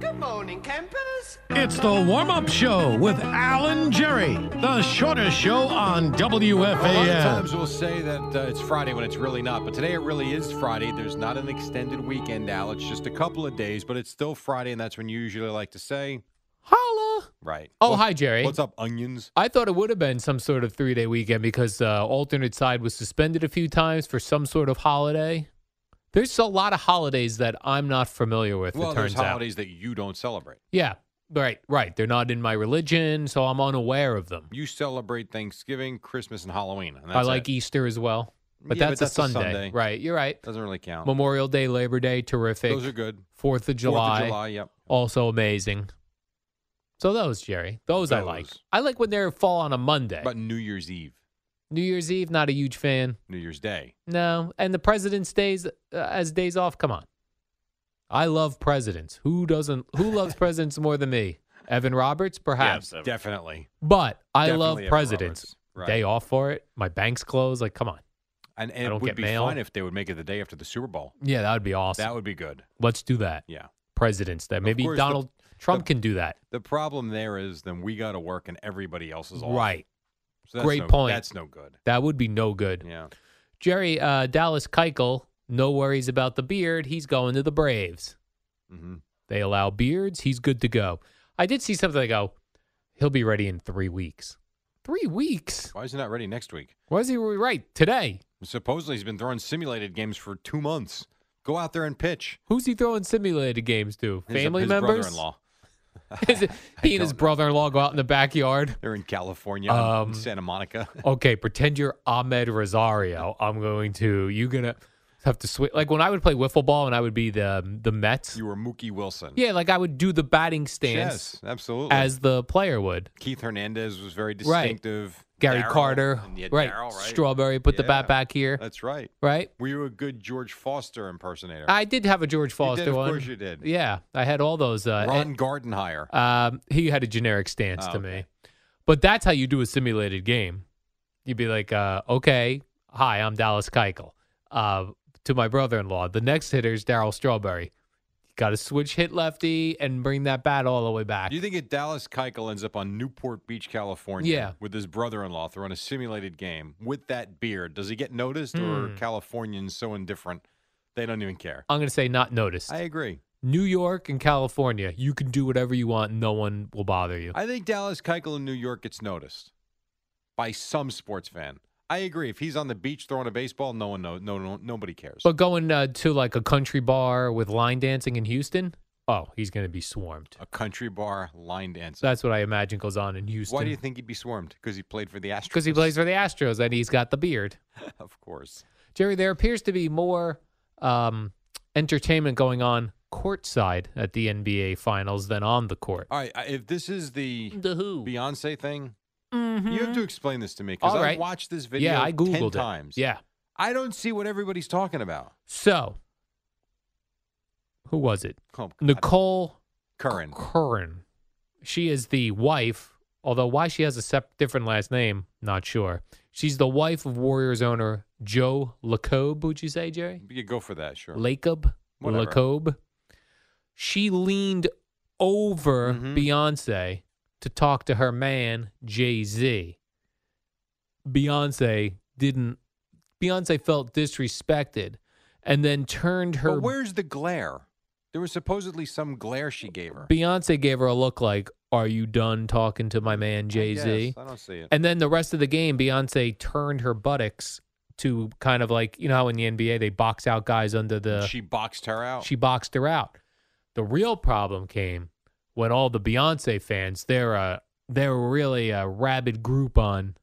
Good morning, campers. It's the warm up show with Alan Jerry, the shortest show on A lot of WFAN. times we'll say that uh, it's Friday when it's really not, but today it really is Friday. There's not an extended weekend, Al. It's just a couple of days, but it's still Friday, and that's when you usually like to say, Holla. right. Oh, What- hi, Jerry. What's up, onions? I thought it would have been some sort of three day weekend because uh, alternate side was suspended a few times for some sort of holiday. There's a lot of holidays that I'm not familiar with, Well, it there's turns out. holidays that you don't celebrate. Yeah, right, right. They're not in my religion, so I'm unaware of them. You celebrate Thanksgiving, Christmas, and Halloween. And that's I like it. Easter as well, but, Yeah, that's, but that's a a, Sunday. Sunday. Right, you're right. Doesn't really count. Memorial Day, Labor Day, terrific. Those are good. Fourth of July, Fourth of July, yep. also amazing. So those, Jerry, those, I like. Those. I like when they fall on a Monday. But New Year's Eve, New Year's Eve, not a huge fan. New Year's Day. No, and the president's days uh, as days off. Come on, I love presidents. Who doesn't? Who loves presidents more than me? Evan Roberts, perhaps, Definitely. but I Definitely love Evan presidents. Roberts. Right. Day off for it. My bank's closed. Like, come on. And, I and it don't would get be mail. fun if they would make it the day after the Super Bowl. Yeah, that would be awesome. That would be good. Let's do that. Yeah. Presidents Day. Of Maybe course, the- Donald Trump the- can do that. The problem there is then we got to work and everybody else is off. Right. So that's Great no- point. That's no good. That would be no good. Yeah. Jerry uh, Dallas Keuchel. No worries about the beard. He's going to the Braves. Mm-hmm. They allow beards. He's good to go. I did see something. I go, he'll be ready in three weeks. Three weeks? Why is he not ready next week? Was he right today? Supposedly he's been throwing simulated games for two months. Go out there and pitch. Who's he throwing simulated games to? His- Family his members? brother-in-law. Is it- he and his don't know. brother-in-law go out in the backyard. They're in California, in Um, Santa Monica. Okay, pretend you're Ahmed Rosario. I'm going to. You gonna have to switch? Like when I would play wiffle ball and I would be the the Mets. You were Mookie Wilson. Yeah, like I would do the batting Yes, stance absolutely. as the player would. Keith Hernandez was very Right. distinctive. Gary Darryl, Carter, and you had right. Darryl, right? Strawberry put the bat Yeah. back here, That's right. right? Were you a good George Foster impersonator? I did have a George did, Foster of one. course you did. Yeah, I had all those. Uh, Ron Gardenhire. and, um, he had a generic stance Oh, to okay. me, but that's how you do a simulated game. You'd be like, uh, "Okay, hi, I'm Dallas Keuchel." Uh, to my brother-in-law, the next hitter is Daryl Strawberry. Got to switch hit lefty and bring that bat all the way back. Do you think if Dallas Keuchel ends up on Newport Beach, California, Yeah. with his brother-in-law throwing a simulated game with that beard, does he get noticed, or Hmm. are Californians so indifferent they don't even care? I'm gonna say not noticed. I agree. New York and California, you can do whatever you want. No one will bother you. I think Dallas Keuchel in New York gets noticed by some sports fan. I agree. If he's on the beach throwing a baseball, no one knows. No, no, nobody cares. But going uh, to like a country bar with line dancing in Houston, oh, he's going to be swarmed. a country bar line dancer. That's what I imagine goes on in Houston. Why do you think he'd be swarmed? Because he played for the Astros. Because he plays for the Astros and he's got the beard. of course. Jerry, there appears to be more um, entertainment going on courtside at the NBA Finals than on the court. All right. I- If this is the The who? Beyonce thing, you have to explain this to me because All I right. watched this video. Yeah, I googled 10 it. times. Yeah. I don't see what everybody's talking about. So, who was it? Oh, God. Nicole Curran. Curran. She is the wife, although why she has a sep- different last name, not sure. She's the wife of Warriors owner Joe Lacob, would you say, Jerry? You go for that, sure. Lacob? Whatever. Lacob? She leaned over Mhm. Beyonce to talk to her man, Jay Z. Beyonce didn't. Beyonce felt disrespected, and then turned her. But where's the glare? There was supposedly some glare she gave her. Beyonce gave her a look like, "Are you done talking to my man Jay Z?" Yes, I don't see it. And then the rest of the game, Beyonce turned her buttocks to kind of like you know how in the NBA they box out guys under the she boxed her out. uh, she boxed her out. The real problem came when all the Beyonce fans they're a they're really a rabid group on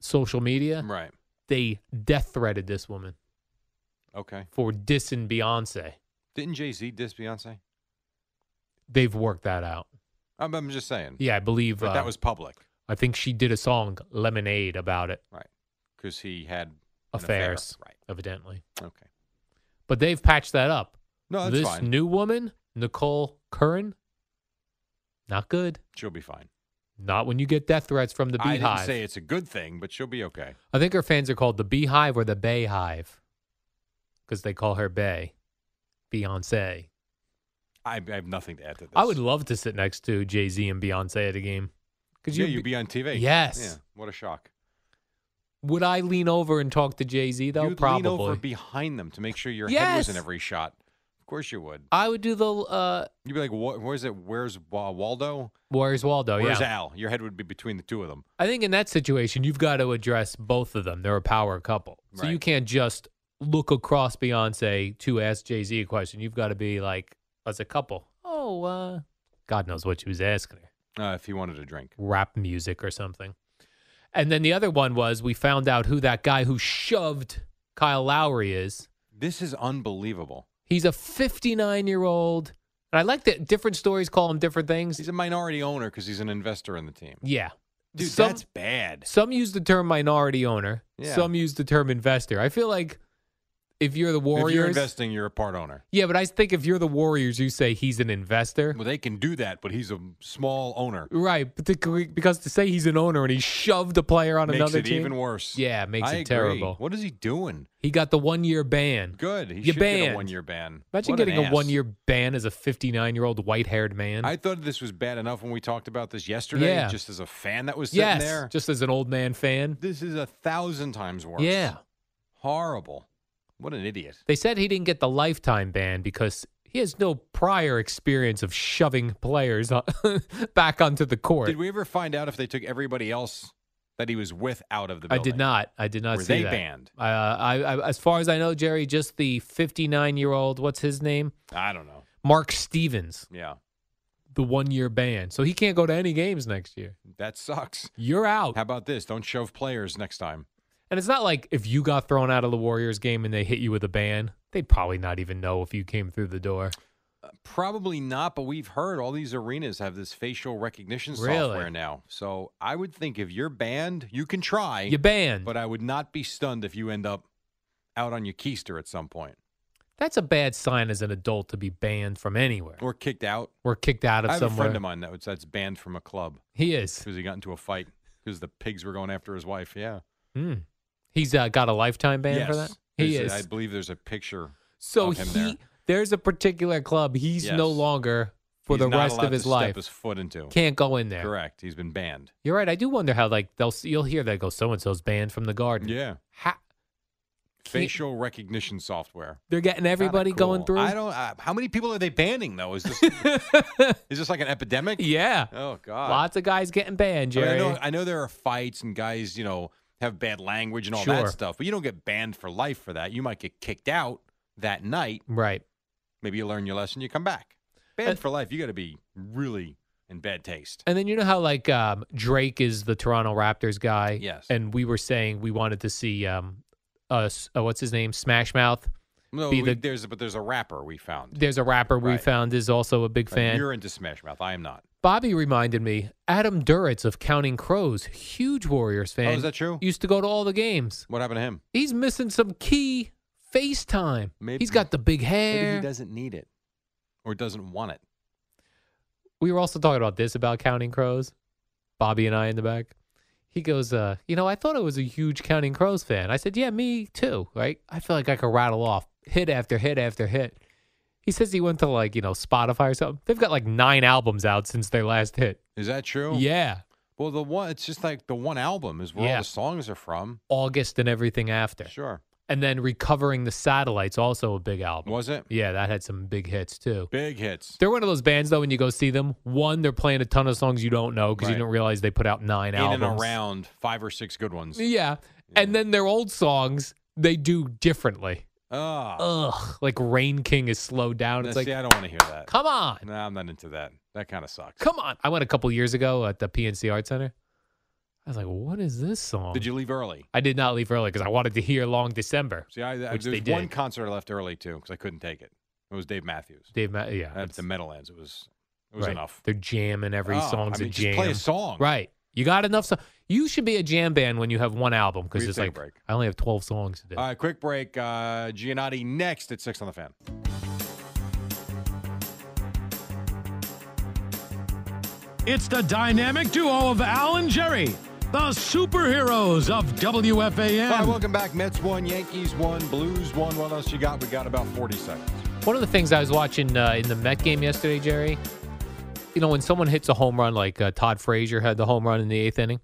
social media. right. They death threated this woman Okay. for dissing Beyonce. Didn't Jay Z diss Beyonce? They've worked that out. I'm, I'm just saying. Yeah, I believe But uh, that was public, I think she did a song Lemonade about it. right? Because he had an affair. Affairs, evidently. Right. Okay. But they've patched that up. No, Oh, that's this fine. new woman, Nicole Curran, not good. She'll be fine. Not when you get death threats from the I Beehive. didn't say it's a good thing, but she'll be okay. I think her fans are called the Beehive or the Bay Hive because they call her Bay, Beyonce. I, I have nothing to add to this. I would love to sit next to Jay Z and Beyonce at a game. Could Yeah, you? you'd be on TV. Yes. Yeah. What a shock. would I lean over and talk to Jay Z though? You'd Probably. lean over behind them to make sure your head was in Yes. every shot. Of course you would. I would do the uh, You'd be like, what, where's it? Where's Wa- Waldo? Where's Waldo? Where's Oh, yeah. Al? Your head would be between the two of them. I think in that situation, you've got to address both of them. They're a power couple. So you Right. can't just look across Beyonce to ask Jay Z a question. You've got to be like, as a couple, oh, uh, God knows what she was asking her Uh, if he wanted a drink. rap music or something. And then the other one was we found out who that guy who shoved Kyle Lowry is. This is unbelievable. He's a 59 year old. And I like that different stories call him different things. He's a minority owner because he's an investor in the team. yeah. Dude, Some- that's bad. Some use the term minority owner. Yeah. Some use the term investor. I feel like if you're the Warriors, If you're investing, you're a part owner. yeah, but I think if you're the Warriors, you say he's an investor, Well, they can do that, but he's a small owner. right? Particularly because to say he's an owner and he shoved a player on makes another it team, even worse. Yeah, it makes I it agree. terrible. What is he doing? he got the one year ban. Good. He You should get banned. a one-year ban. Imagine What an getting a ass. one year ban as a 59 year old white haired man. I thought this was bad enough when we talked about this yesterday. Yeah. Just as a fan that was sitting yes, there. just as an old man fan. this is a thousand times worse. Yeah, Horrible. What an idiot. they said he didn't get the lifetime ban because. He has no prior experience of shoving players on- back onto the court. Did we ever find out if they took everybody else that he was with out of the I building? did not. I did not Were see they that. banned? Uh, I, I, as far as I know, Jerry, just the 59 year old. What's his name? I don't know. Mark Stevens. Yeah. The one year ban, so he can't go to any games next year. That sucks. You're out. How about this? Don't shove players next time. And it's not like if you got thrown out of the Warriors game and they hit you with a ban, they'd probably not even know if you came through the door. Probably not, but we've heard all these arenas have this facial recognition Really? software now. So I would think if you're banned, you can try, You banned. but I would not be stunned if you end up out on your keister at some point That's a bad sign as an adult to be banned from anywhere or kicked out. or kicked out of I have a somewhere. friend of mine that was, that's banned from a club He is. because he got into a fight because the pigs were going after his wife. Yeah. Mm. He's uh, got a lifetime ban for that. Yes. He is. There's a- I believe there's a picture. So of him he there. there's a particular club he's Yes. no longer for He's the not rest allowed of his to life. Step his foot into. Can't go in there. Correct. He's been banned. You're right. I do wonder how like they'll s- you'll hear that go so and so's banned from the garden. Yeah. Ha- Facial recognition software. they're getting everybody Kinda cool. going through. I don't. Uh, how many people are they banning though? Is this is this like an epidemic? yeah. Oh God. Lots of guys getting banned, I, mean, I Jerry. know. I know there are fights and guys, you know, have bad language and all Sure. that stuff. But you don't get banned for life for that. You might get kicked out that night. right. Maybe you learn your lesson. You come back. Uh, Banned for life. You got to be really in bad taste. And then you know how like um, Drake is the Toronto Raptors guy. Yes. And we were saying we wanted to see um, us. Uh, what's his name? Smash Mouth. No, be we, the- there's but there's a rapper we found. There's a rapper we Right. found is also a big Like, fan. You're into Smash Mouth. I am not. Bobby reminded me Adam Duritz of Counting Crows, huge Warriors fan. Oh, is that true? Used to go to all the games. What happened to him? He's missing some key FaceTime. Maybe- He's got the big Maybe he hair. doesn't need it or doesn't want it. We were also talking about this about Counting Crows. Bobby and I in the back. He goes, uh, you know, I thought I was a huge Counting Crows fan. I said, yeah, me too, right? I feel like I could rattle off hit after hit after hit. He says he went to like, you know, Spotify or something. They've got like nine albums out since their last hit. Is that true? Yeah. Well, the one it's just like the one album is where Yeah. all the songs are from. August and everything after. Sure. And then Recovering the Satellites, also a big album. Was it? Yeah, that had some big hits too. Big hits. They're one of those bands though. When you go see them, one they're playing a ton of songs you don't know because you Right. don't realize they put out nine In albums. and around five or six good ones. Yeah, and then their old songs they do differently. Oh, Ugh, like Rain King is slowed down. It's Uh, like, see, I don't want to hear that. come on, No, I'm not into that. That kind of sucks. come on. I went a couple years ago at the PNC Art Center. I was like, what is this song? Did you leave early? I did not leave early because I wanted to hear Long December. See, I, I Which there they was one did. concert I left early too because I couldn't take it. It was Dave Matthews Dave, Ma- yeah, at it's- the Meadowlands. It was it was right. enough. They're jamming every Oh, song's I mean, a just jam. play a song. Right. You got enough. So you should be a jam band when you have one album We because it's take a like break. I only have twelve songs to do. All right, quick break. Uh, Giannotti next at six on the fan. It's the dynamic duo of Al and Jerry, the superheroes of WFAN. All right, welcome back. Mets won, Yankees won, Blues won. What else you got? We got about forty seconds. One of the things I was watching uh, in the Met game yesterday, Jerry. You know when someone hits a home run, like uh, Todd Frazier had the home run in the eighth inning,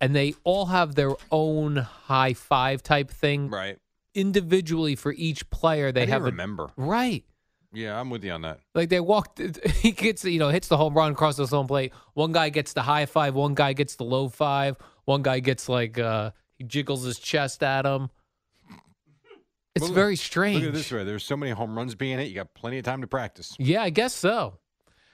and they all have their own high five type thing Right. individually for each player. They I didn't have a- remember. right. Yeah, I'm with you on that. Like they walked, he gets you know hits the home run, crosses home plate. One guy gets the high five, one guy gets the low five, one guy gets like uh he jiggles his chest at him. It's Well, very strange. Look at it this way. There's so many home runs being hit. You got plenty of time to practice. Yeah, I guess so.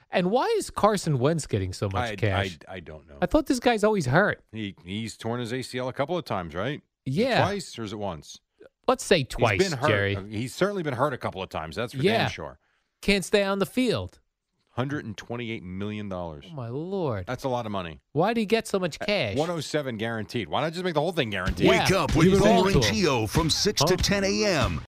And why is Carson Wentz getting so much I, cash? I, I don't know. I, thought this guy's always hurt. He he's torn his ACL a couple of times, right? Is it Yeah, Twice or is it once? let's say twice, He's been hurt. Jerry. Uh, He's certainly been hurt a couple of times. That's for Yeah. damn sure. Can't stay on the field. Hundred and twenty-eight million dollars. Oh my lord! That's a lot of money. Why did he get so much cash? One oh hundred seven guaranteed. Why not just make the whole thing guaranteed? Yeah. Wake up with Leave it all Baller and to 'em. Geo from 6 Huh? to 10 a.m.